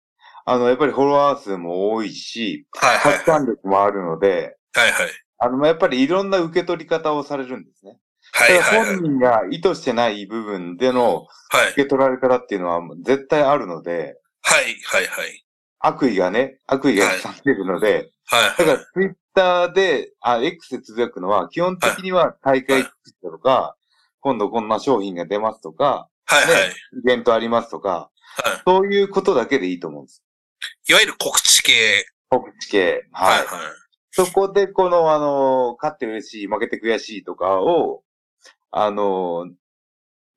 Speaker 1: あの、やっぱりフォロワー数も多いし、
Speaker 2: はいはい
Speaker 1: 拡散力もあるので、
Speaker 2: はいはい。
Speaker 1: あの、まあやっぱりいろんな受け取り方をされるんですね。
Speaker 2: はいはい
Speaker 1: だ
Speaker 2: は
Speaker 1: から
Speaker 2: い。
Speaker 1: 本人が意図してない部分での
Speaker 2: はい
Speaker 1: 受け取られ方っていうのは絶対あるので、
Speaker 2: はいはいはい。
Speaker 1: 悪意がね、悪意がされるので、
Speaker 2: は
Speaker 1: だか
Speaker 2: い。
Speaker 1: ら、ツイッターで、あ、X でつぶやくのは、基本的には大会作ったとか、今度こんな商品が出ますとか、
Speaker 2: はいはい。
Speaker 1: イベントありますとか、
Speaker 2: はい
Speaker 1: そういうことだけでいいと思うんです。
Speaker 2: いわゆる告知系。
Speaker 1: 告知系。はい。
Speaker 2: はいはい。
Speaker 1: そこで、この、あの、勝って嬉しい、負けて悔しいとかを、あの、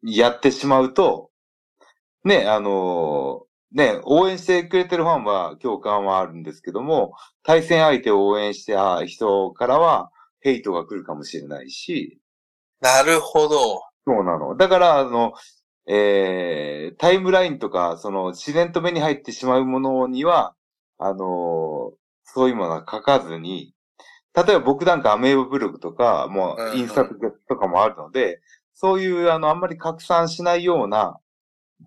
Speaker 1: やってしまうと、ね、あの、ね、応援してくれてるファンは共感はあるんですけども、対戦相手を応援した人からは、ヘイトが来るかもしれないし、
Speaker 2: なるほど。
Speaker 1: そうなの。だから、あの、えー、タイムラインとか、その、自然と目に入ってしまうものには、あのーそういうものは書かずに、例えば僕なんかアメーバブログとか、も
Speaker 2: うんう
Speaker 1: う、
Speaker 2: ん
Speaker 1: インスタとかもあるので、そういう、あの、あんまり拡散しないような、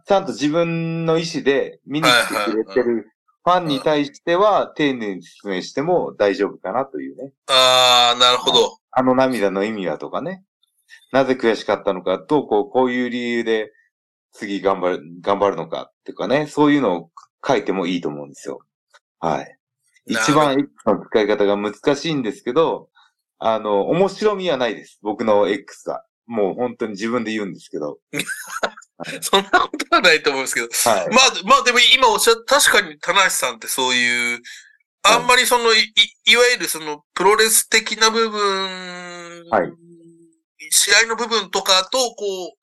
Speaker 1: ちゃんと自分の意思で見に来てくれて
Speaker 2: はい
Speaker 1: るファンに対しては、丁寧に説明しても大丈夫かなというね。
Speaker 2: あー、なるほど。
Speaker 1: あの涙の意味はとかね。なぜ悔しかったのかと、こう、こういう理由で次頑張る、頑張るのかっていうかね、そういうのを書いてもいいと思うんですよ。はい。
Speaker 2: なる
Speaker 1: 一番 X の使い方が難しいんですけど、あの、面白みはないです。僕の X は。もう本当に自分で言うんですけど。
Speaker 2: そんなことはないと思うんですけど。
Speaker 1: はい。
Speaker 2: [LAUGHS] まあ、まあでも今おっしゃった、確かに棚橋さんってそういう、あんまりその、い、いいわゆるその、プロレス的な部分、
Speaker 1: はい
Speaker 2: 試合の部分とかと、こう、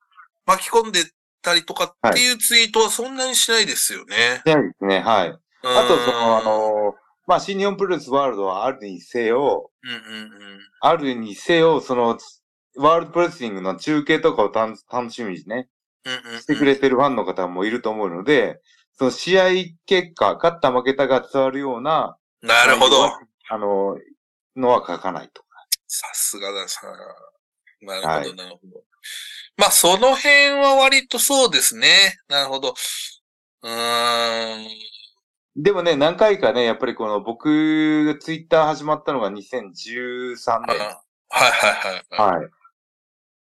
Speaker 2: 巻き込んでたりとかっていうツイートはそんなにしないですよね。
Speaker 1: じゃあですね、はい。
Speaker 2: あ
Speaker 1: あと、その、あの、まあ、新日本プロレスワールドはあるにせよ、
Speaker 2: うんうんうん。
Speaker 1: あるにせよ、その、ワールドプロレスリングの中継とかをたん楽しみにね、
Speaker 2: うんうんうん
Speaker 1: してくれてるファンの方もいると思うので、その試合結果、勝った負けたが伝わるような、
Speaker 2: なるほど。
Speaker 1: あの、のは書かないと。
Speaker 2: さすがださ。なるほど、なるほど。まあ、その辺は割とそうですね。なるほど。うーん。
Speaker 1: でもね、何回かね、やっぱりこの僕、ツイッター始まったのが2013
Speaker 2: はい
Speaker 1: 年。
Speaker 2: はいはい。
Speaker 1: はい。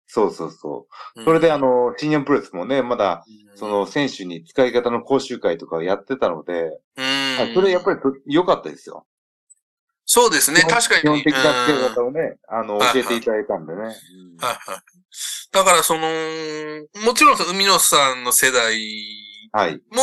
Speaker 1: そうそうそう。
Speaker 2: うん
Speaker 1: それであ、の、新日本プロレスもね、まだ、そ
Speaker 2: の、
Speaker 1: の選手に使い方の講習会とかをやってたので、
Speaker 2: うん。
Speaker 1: それやっぱり良かったですよ。
Speaker 2: そうですね、確かに。
Speaker 1: 基本的な付
Speaker 2: うん
Speaker 1: け方をね、あの、
Speaker 2: はいはい
Speaker 1: 教えていただいたんでね。うん
Speaker 2: はいはい。だからその、もちろんその海野さんの世代
Speaker 1: はい。
Speaker 2: も、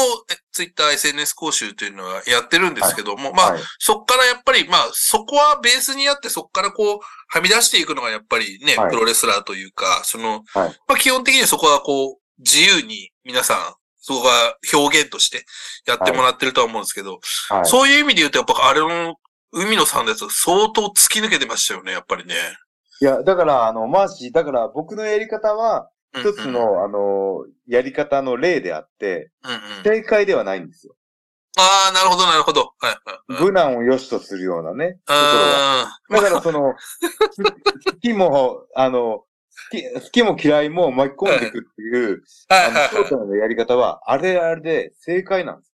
Speaker 2: ツイッター SNS 講習というのはやってるんですけども、まあ、
Speaker 1: はい。
Speaker 2: そっからやっぱり、まあ、そこはベースにあって、そこからこう、はみ出していくのがやっぱりね、
Speaker 1: はい
Speaker 2: プロレスラーというか、その、
Speaker 1: はい
Speaker 2: まあ基本的にそこはこう、自由に皆さん、そこが表現としてやってもらってるとは思うんですけど、
Speaker 1: はい。
Speaker 2: そういう意味で言うと、やっぱあれの、海野さんのやつ相当突き抜けてましたよね、やっぱりね。
Speaker 1: いや、だから、あの、マーシー、だから僕のやり方は、
Speaker 2: うん
Speaker 1: 一つの、、あの、やり方の例であって、
Speaker 2: うんうん
Speaker 1: 正解ではないんですよ。
Speaker 2: ああ、なるほど、なるほど。はい。うんうん
Speaker 1: 無難を良しとするようなね、ところは。
Speaker 2: あ
Speaker 1: だから、その、好きも、あの、好き好きも嫌いも巻き込んでいくっていう、
Speaker 2: ーは
Speaker 1: あ
Speaker 2: いはい
Speaker 1: の、
Speaker 2: はい
Speaker 1: 翔。太のやり方は、あれあれで正解なんです。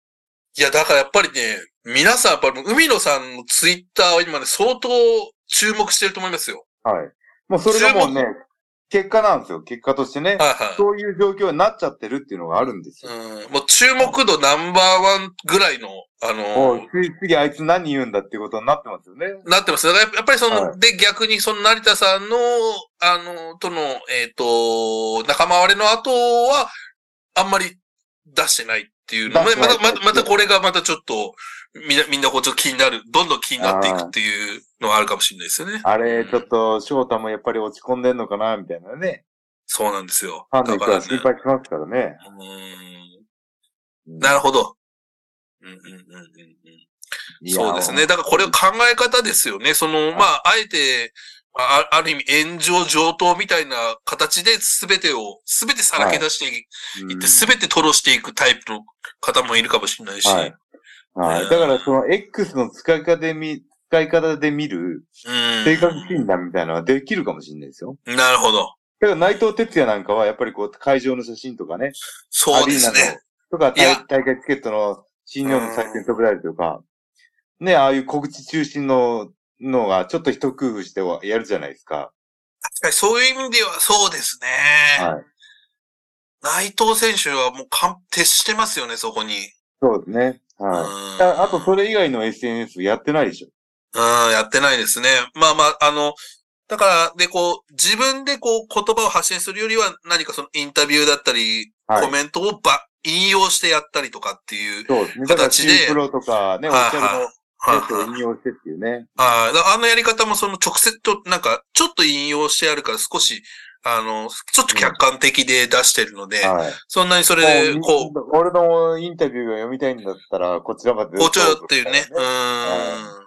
Speaker 2: いや、だからやっぱりね、皆さんやっぱり海野さんのツイッターは今ね、相当注目してると思いますよ。
Speaker 1: はい。もうそれがもうね、結果なんですよ。結果としてね。
Speaker 2: はいは
Speaker 1: そういう状況になっちゃってるっていうのがあるんですよ。
Speaker 2: い。うん、もう注目度ナンバーワンぐらいの、
Speaker 1: も
Speaker 2: あの
Speaker 1: う、次次あいつ何言うんだっていうことになってますよね。
Speaker 2: なってます。だからやっぱりその、
Speaker 1: は
Speaker 2: で、逆にその成田さんの、あの、との、えっ、と、仲間割れの後は、あんまり出してないっていうの
Speaker 1: 出
Speaker 2: で、
Speaker 1: して
Speaker 2: ま
Speaker 1: ない
Speaker 2: た、また、またこれがまたちょっと、みんな、みんなこうちょっと気になる、どんどん気になっていくっていうのはあるかもしれないですよね。
Speaker 1: あれ、ちょっと、翔太もやっぱり落ち込んでんのかな、みたいなね。
Speaker 2: そうなんですよ。
Speaker 1: ファ
Speaker 2: だ
Speaker 1: ンの
Speaker 2: か
Speaker 1: 人
Speaker 2: ら
Speaker 1: は心。
Speaker 2: ね
Speaker 1: 配しますからね。
Speaker 2: うん
Speaker 1: うん
Speaker 2: なるほど。うんうんうんうんうん
Speaker 1: いや
Speaker 2: そうですね。だからこれは考え方ですよね。その、まあ、あえて、まああある意味炎上上等みたいな形で全てを、全てさらけ出してい
Speaker 1: うん
Speaker 2: って、全て吐露していくタイプの方もいるかもしれないし。
Speaker 1: はいはい。だから、その X の使い方で見、使い方で見る、
Speaker 2: うん。
Speaker 1: 性格診断みたいなのができるかもしれないですよ。
Speaker 2: なるほど。
Speaker 1: だから内藤哲也なんかは、やっぱりこう、会場の写真とかね、
Speaker 2: そうです
Speaker 1: アリーナ
Speaker 2: ね
Speaker 1: の。とか、
Speaker 2: いや
Speaker 1: 大大会チケットの新日本の再建特大とか、ね、ああいう小口中心ののがちょっと一工夫してはやるじゃないですか。
Speaker 2: 確かにそういう意味ではそうですね。
Speaker 1: はい。
Speaker 2: 内藤選手はもう完徹してますよね、そこに。
Speaker 1: そうですね。は
Speaker 2: う
Speaker 1: い。
Speaker 2: ん
Speaker 1: ああと、それ以外の SNS やってないでしょ。
Speaker 2: うん、やってないですね。まあまあ、あの、だから、で、こう、自分でこう、言葉を発信するよりは、何かそのインタビューだったり、
Speaker 1: はい
Speaker 2: コメントをば、引用してやったりとかっていう。
Speaker 1: そうですね。だから、
Speaker 2: 形
Speaker 1: シ
Speaker 2: で
Speaker 1: ープロとかね、オフ
Speaker 2: は
Speaker 1: ィ
Speaker 2: い
Speaker 1: シ
Speaker 2: はい
Speaker 1: ャル
Speaker 2: は
Speaker 1: のや
Speaker 2: い
Speaker 1: つを引用してっていうね。
Speaker 2: はいだからあのやり方もその直接と、なんか、ちょっと引用してあるから少し、あの、ちょっと客観的で出してるので、
Speaker 1: はい。
Speaker 2: そんなにそれで、こう、
Speaker 1: もう俺のインタビューが読みたいんだったら、こちらまで。
Speaker 2: 校長っていうね。うーん。
Speaker 1: は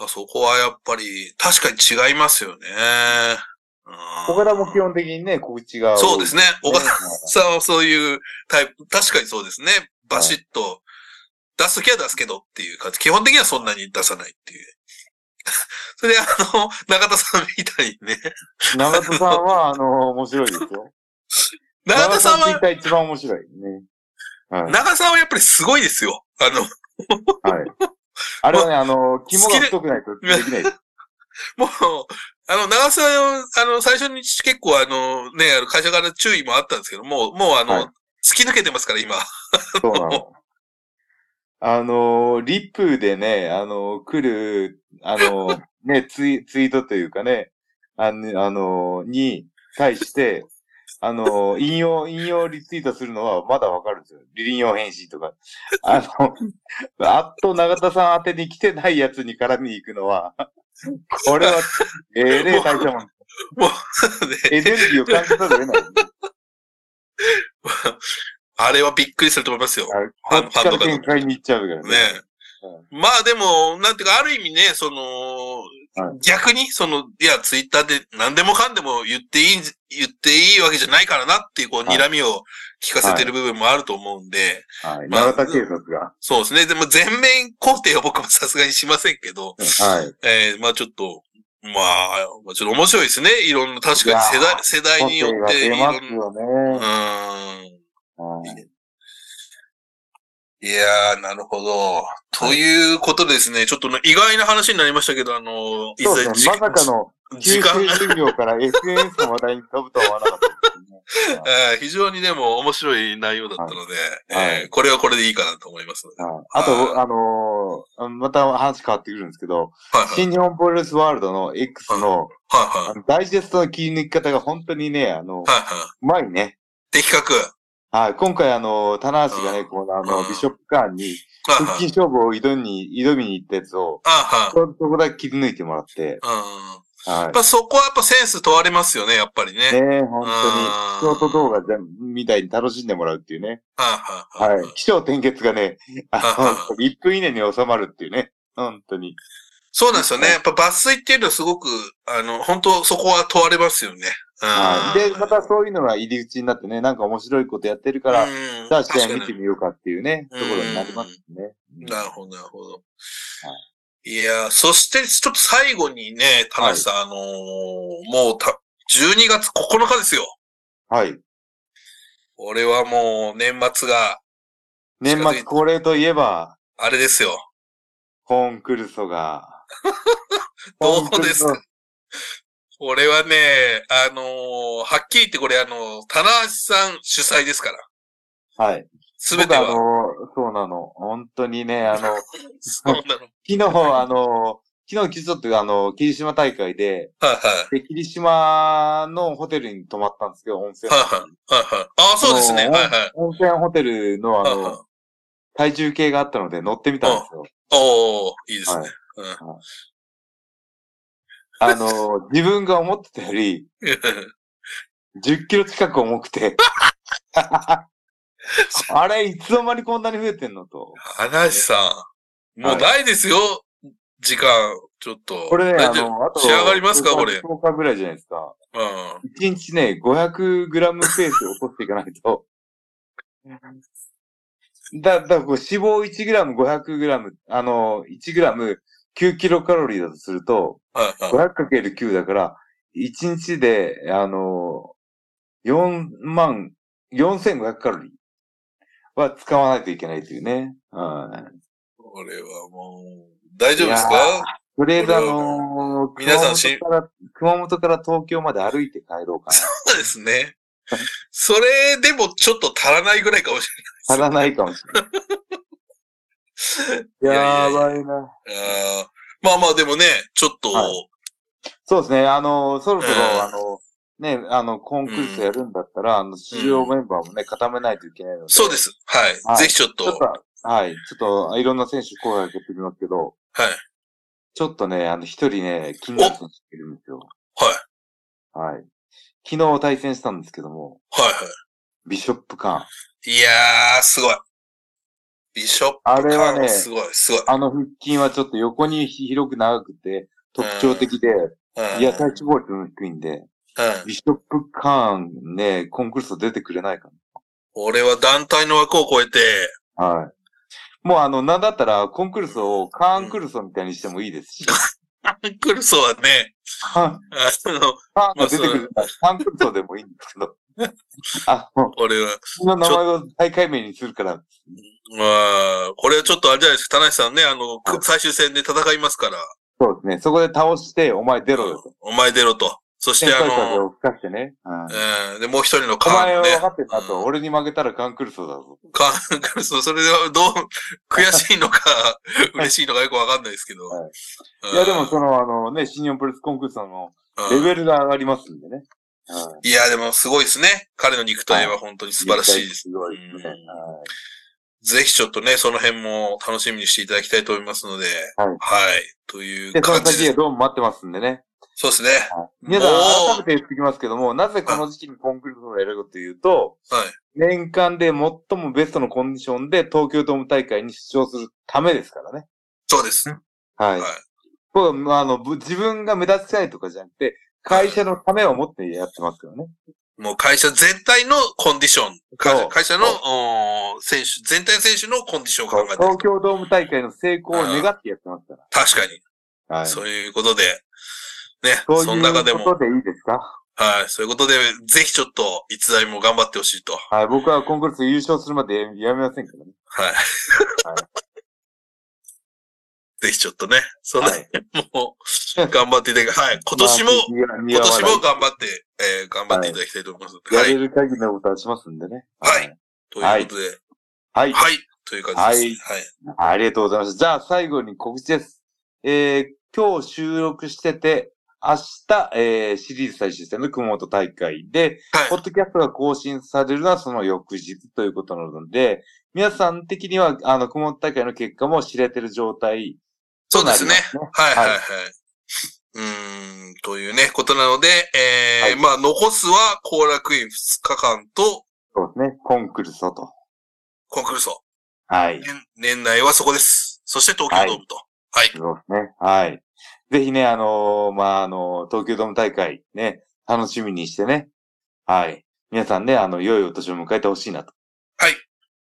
Speaker 2: あそこはやっぱり、確かに違いますよね。
Speaker 1: ここからも基本的にね、告知が多い。
Speaker 2: そうですね。岡田
Speaker 1: はい
Speaker 2: さんはそういうタイプ、確かにそうですね。バシッと、出すときは出すけどっていう感じ。基本的にはそんなに出さないっていう。 [LAUGHS] それで、あの、中田さんみたいにね。
Speaker 1: 長田さんは、あの、面白いですよ。
Speaker 2: 中田さん
Speaker 1: ツイッ
Speaker 2: は、
Speaker 1: ター一番面白いね。はい。
Speaker 2: 中田さんはやっぱりすごいですよ。あの、
Speaker 1: はい。
Speaker 2: [LAUGHS]
Speaker 1: あれはね、あの、肝
Speaker 2: 好き
Speaker 1: が
Speaker 2: で
Speaker 1: 太くないとできないです。
Speaker 2: もう、あの、長さんを、あの、最初に結構あの、ね、あの会社から注意もあったんですけど、もう、もうあの、
Speaker 1: はい
Speaker 2: 突き抜けてますから、今。 [LAUGHS]
Speaker 1: そうなの。あの、リップでね、あの、来る、あ
Speaker 2: [LAUGHS]
Speaker 1: の、ね、ツイツイートというかね、あの、あのに対して、あの、引用、引用リツイートするのはまだわかるんですよ。引用返信とか。あの、
Speaker 2: [LAUGHS]
Speaker 1: あっと長田さん宛てに来てないやつに絡みに行くのは、これは、
Speaker 2: [LAUGHS]
Speaker 1: えれえ大したもん
Speaker 2: もう、
Speaker 1: エ
Speaker 2: ね、
Speaker 1: ネルギーを感じざるを得ない。
Speaker 2: あれはびっくりすると思いますよ。
Speaker 1: あのこっちから展開に行っちゃうからね。
Speaker 2: ねまあでも、なんていうか、ある意味ね、その、
Speaker 1: はい
Speaker 2: 逆に、その、いや、ツイッターで何でもかんでも言っていいん、言っていいわけじゃないからなっていう、こう、
Speaker 1: はい
Speaker 2: 睨みを聞かせてる部分もあると思うんで、
Speaker 1: はい。
Speaker 2: まあ
Speaker 1: 奈良田警察が。
Speaker 2: そうですね。でも全面肯定は僕もさすがにしませんけど、
Speaker 1: はい。
Speaker 2: えーまあちょっと、まあ、まあちょっと面白いですね。いろんな、確か
Speaker 1: いや
Speaker 2: に
Speaker 1: ー
Speaker 2: 世代、世代によ
Speaker 1: 個
Speaker 2: っ
Speaker 1: 性
Speaker 2: て、い
Speaker 1: が
Speaker 2: ろ
Speaker 1: 出
Speaker 2: ん
Speaker 1: ますよね。
Speaker 2: な、うん。
Speaker 1: はい
Speaker 2: いやー、なるほど。ということですね。ちょっとね意外な話になりましたけど、あの、い
Speaker 1: そう
Speaker 2: ずれ
Speaker 1: ですね。まさかの
Speaker 2: 時
Speaker 1: 九
Speaker 2: 間が、
Speaker 1: 州巡業から SNS の話題に飛ぶとは思わなかったですね。
Speaker 2: えー非常にでも面白い内容だったので、
Speaker 1: はい
Speaker 2: えーこれはこれでいいかなと思いますので。
Speaker 1: はいあと、あのーまた話変わってくるんですけど、
Speaker 2: はいはい。
Speaker 1: 新日本プロレスワールドの X の
Speaker 2: はいは
Speaker 1: あ
Speaker 2: い。
Speaker 1: のダイジェストの切り抜き方が本当にね、あの、う
Speaker 2: はいはい。
Speaker 1: まいね。
Speaker 2: 的確。はい
Speaker 1: はい、今回あの、棚橋が
Speaker 2: う
Speaker 1: ね、
Speaker 2: ん
Speaker 1: このあ
Speaker 2: う
Speaker 1: の、
Speaker 2: ん
Speaker 1: ビショップカーンに、腹
Speaker 2: はい
Speaker 1: 筋。勝負を挑みに、挑みに行ったやつを、
Speaker 2: あ
Speaker 1: そそこだけ切り抜いてもらって、
Speaker 2: はうん。や
Speaker 1: は
Speaker 2: っぱそこはやっぱセンス問われますよね、やっぱりね。
Speaker 1: い。ねえ、本
Speaker 2: あー
Speaker 1: 当に、ショート動画じゃみたいに楽しんでもらうっていうね。
Speaker 2: はいはい
Speaker 1: は
Speaker 2: はい
Speaker 1: い。起承転結がね、あ
Speaker 2: う
Speaker 1: の、1分以内に収まるっていうね。本当に。
Speaker 2: そうなんですよね。やっぱ抜粋っていうのはすごく、あの、本当そこは問われますよね。うん
Speaker 1: はい。で、またそういうのが入り口になってね、なんか面白いことやってるから、
Speaker 2: うん
Speaker 1: じゃあ試合
Speaker 2: 確
Speaker 1: 見
Speaker 2: か
Speaker 1: て
Speaker 2: に
Speaker 1: みようかっていうね、ところになりますね。
Speaker 2: なるほど、なるほど。いやー、そして、ちょっと最後にね、田中さん、あのーもうた、12月9日ですよ。
Speaker 1: はい。
Speaker 2: 俺はもう、年末が、
Speaker 1: 年末恒例といえば、
Speaker 2: あれですよ。
Speaker 1: コーンクルソが。
Speaker 2: [LAUGHS] どうです
Speaker 1: コ
Speaker 2: か
Speaker 1: ーンクルソ
Speaker 2: 俺はね、あのーはっきり言ってこれ、あのー、棚橋さん主催ですから。
Speaker 1: はい。
Speaker 2: すべて
Speaker 1: 僕あの、
Speaker 2: は。
Speaker 1: そうなの。本当にね、あの、昨
Speaker 2: そうなの。
Speaker 1: 日、あの、昨日、キズって、あの、霧島大会で、
Speaker 2: はいはい。
Speaker 1: で、霧島のホテルに泊まったんですけど、温 [LAUGHS] 泉。
Speaker 2: はいはい。はいはい。ああ、そうですね。
Speaker 1: あ
Speaker 2: はい
Speaker 1: の
Speaker 2: はい。
Speaker 1: 温泉ホテルの、あ
Speaker 2: はいはい
Speaker 1: の、体重計があったので乗ってみたんですよ。
Speaker 2: おー、いいですね。
Speaker 1: は
Speaker 2: [LAUGHS]
Speaker 1: い
Speaker 2: うん
Speaker 1: あの、自分が思ってたより、10キロ近く重く
Speaker 2: [LAUGHS]
Speaker 1: て。あれ、いつの間にこんなに増えてんのと。
Speaker 2: 話さん、もうないですよ、時間、ちょっと。
Speaker 1: これね、あ
Speaker 2: 大丈夫
Speaker 1: の、あと、
Speaker 2: 仕上がりますかこれ
Speaker 1: 10日ぐらいじゃないですか。
Speaker 2: うん。
Speaker 1: 1日ね、500グラムペースを落としていかないと。だ、だ、こう脂肪1グラム、500グラム、あの、1グラム、9キロカロリーだとすると、
Speaker 2: はいはい。
Speaker 1: 500×9 だから、1日で、あの、4万、4500カロリーは使わないといけないというね。うん。
Speaker 2: これはもう、大丈夫ですか
Speaker 1: いやとりあえずあの
Speaker 2: 皆さんし
Speaker 1: 熊本から、熊本から東京まで歩いて帰ろうか
Speaker 2: そうですね。それでもちょっと足らないぐらいかもし
Speaker 1: な。足らないかもしれない。
Speaker 2: [LAUGHS] いや
Speaker 1: や
Speaker 2: いや
Speaker 1: ばいな。
Speaker 2: れない。あーまあまあでもね、ちょっと、
Speaker 1: はそうですね。あの、そろそろ、
Speaker 2: ええ
Speaker 1: あの、ね、あの、コンクールやるんだったら、あの、出場メンバーもね、固めないといけないので。
Speaker 2: そうです。はい。
Speaker 1: はい
Speaker 2: ぜひちょっと、
Speaker 1: ちょっと、はい。ちょっと、いろんな選手声かけてみますけど、
Speaker 2: はい。
Speaker 1: ちょっとね、あの、一人ね、気になる選手いるんですよ。
Speaker 2: はい。
Speaker 1: はい。昨日対戦したんですけども、
Speaker 2: はいは
Speaker 1: ビショップカーン。
Speaker 2: い。いやー、すごい。ビショップ
Speaker 1: あれは
Speaker 2: 感
Speaker 1: ね、
Speaker 2: すごい、すごい。
Speaker 1: あの腹筋はちょっと横に広く長くて、特徴的で、
Speaker 2: うん
Speaker 1: いや、体脂肪率も低いんで、
Speaker 2: うん
Speaker 1: ビショップカーンね、コンクルール出てくれないか
Speaker 2: 俺は団体の枠を超えて、
Speaker 1: な。はい。もうあの、なんだったら、コンクルールをカーンクルールみたいにしてもいいですし、
Speaker 2: クルソはね、
Speaker 1: カーン
Speaker 2: あの、
Speaker 1: カーンが出てくるなら、カーンクルールでもいいんですけど、あの、
Speaker 2: 俺は、
Speaker 1: その名前を大会名にするから、
Speaker 2: まあ、これはちょっとあれじゃないですか、田無さんね、あの、
Speaker 1: はい
Speaker 2: 最終戦で戦いますから、
Speaker 1: そうですね、そこで倒して、お前出ろよと。
Speaker 2: お前出ろと。そして
Speaker 1: 先
Speaker 2: あ
Speaker 1: 輩風
Speaker 2: の、
Speaker 1: を吹かしてね。うん
Speaker 2: うん、で、もう一人の
Speaker 1: お
Speaker 2: カ
Speaker 1: 前
Speaker 2: ーン
Speaker 1: は
Speaker 2: ね
Speaker 1: 分か、ってんな
Speaker 2: う
Speaker 1: と、
Speaker 2: ん
Speaker 1: 俺に負けたらカーンクルールだぞ。
Speaker 2: カーンクルソ、それではどう、悔しいのか、嬉しいのかよくわかんないですけど。
Speaker 1: はい
Speaker 2: うん
Speaker 1: いや、でもその、あのね、新日本プロレスコンクールさんのレベルが上がりますんでね。
Speaker 2: うんいや、でもすごいですね。彼の肉体は本当に素晴らしいです。
Speaker 1: すごいですね。
Speaker 2: ぜひちょっとね、その辺も楽しみにしていただきたいと思いますので、
Speaker 1: はい
Speaker 2: と
Speaker 1: うん
Speaker 2: いう
Speaker 1: で、その
Speaker 2: 感じ
Speaker 1: 先
Speaker 2: で
Speaker 1: へ
Speaker 2: す。
Speaker 1: どうも待ってますんでね。
Speaker 2: そうですね。
Speaker 1: 皆
Speaker 2: もう
Speaker 1: さん、改めて言っておきますけども、なぜこの時期にコンクールを選ぶかというと、
Speaker 2: はい
Speaker 1: 年間で最もベストのコンディションで東京ドーム大会に出場するためですからね。
Speaker 2: そうですね。
Speaker 1: はい。
Speaker 2: はい
Speaker 1: 僕はまああのぶ自分が目立ちたいとかじゃなくて、会社のためを持ってやってますからね。
Speaker 2: もう会社全体のコンディション、会
Speaker 1: そ
Speaker 2: 社
Speaker 1: う
Speaker 2: 会社のおー選手、全体の選手のコンディションを考えてる
Speaker 1: 東。京ドーム大会の成功を願ってやってますか
Speaker 2: 確かに。
Speaker 1: ら。はい。
Speaker 2: そういうことで、ね、
Speaker 1: そう
Speaker 2: そ
Speaker 1: いう
Speaker 2: の中でも、
Speaker 1: ことでいいですか
Speaker 2: はい、そういうことで、ぜひちょっと、いつだにも頑張ってほしいと。
Speaker 1: はい。僕はコンクールス優勝するまでやめませんからね。
Speaker 2: はい。
Speaker 1: は
Speaker 2: ぜひちょっとね、そんな、
Speaker 1: はい。
Speaker 2: もう、 [LAUGHS] 頑張っていただき、はい、今年も、
Speaker 1: まあ、
Speaker 2: 今
Speaker 1: 今
Speaker 2: 年
Speaker 1: 年
Speaker 2: も
Speaker 1: も、
Speaker 2: 頑張って、えー、頑張っていただきたいと思いますので。
Speaker 1: や
Speaker 2: はい。
Speaker 1: れる限りのことはしますんでね。
Speaker 2: はいということで、
Speaker 1: はい。
Speaker 2: はい、という感じです。はい。
Speaker 1: ありがとうございました。じゃあ最後に告知です。えー、今日収録してて、明日、えー、シリーズ最終戦の熊本大会で、
Speaker 2: はい。
Speaker 1: ポッドキャストが更新されるのはその翌日ということなので、皆さん的には、あの、熊本大会の結果も知れてる状態
Speaker 2: そ
Speaker 1: と
Speaker 2: うで
Speaker 1: な
Speaker 2: す
Speaker 1: りま
Speaker 2: ね。
Speaker 1: すね。
Speaker 2: はいはいは。
Speaker 1: はい
Speaker 2: うーん、というね、ことなので、え
Speaker 1: は
Speaker 2: ー
Speaker 1: い
Speaker 2: まあ、残すは、後楽園2日間と、
Speaker 1: そうですね。コンクルソと。
Speaker 2: コンクルーソ。
Speaker 1: はい。
Speaker 2: 年年内はそこです。そして東京ドームと。はい。
Speaker 1: そうですね。はい。ぜひね、あのーまあ、あのー東京ドーム大会ね、楽しみにしてね。はい。皆さんね、あの、良いお年を迎えてほしいなと。
Speaker 2: はい。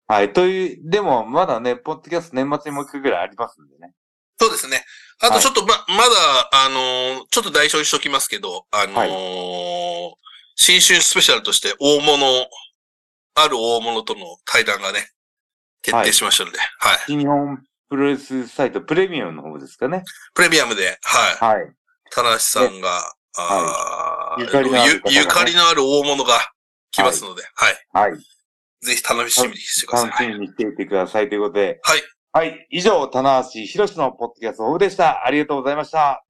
Speaker 1: はい。という、でも、まだね、ポッドキャスト年末にもう一回ぐらいありますんでね。
Speaker 2: そうですね。あ
Speaker 1: は
Speaker 2: と
Speaker 1: い
Speaker 2: ちょっとま、まだ、あのーちょっと代償しときますけど、あのー
Speaker 1: は
Speaker 2: 新春スペシャルとして大物、ある大物との対談がね、決定しましたので、はい。
Speaker 1: 新日本プロレスサイトプレミアムの方ですかね。
Speaker 2: プレミアムで、はい。
Speaker 1: はい。
Speaker 2: 田無さんが、あー
Speaker 1: ゆかりのある方がね
Speaker 2: ゆゆかりのある大物が来ますので、はい。
Speaker 1: はい。
Speaker 2: ぜひ楽しみにしてください。
Speaker 1: 楽しみにしていてくださいということで。
Speaker 2: はい。
Speaker 1: はい。以上、棚橋博士のポッドキャストオフでした。ありがとうございました。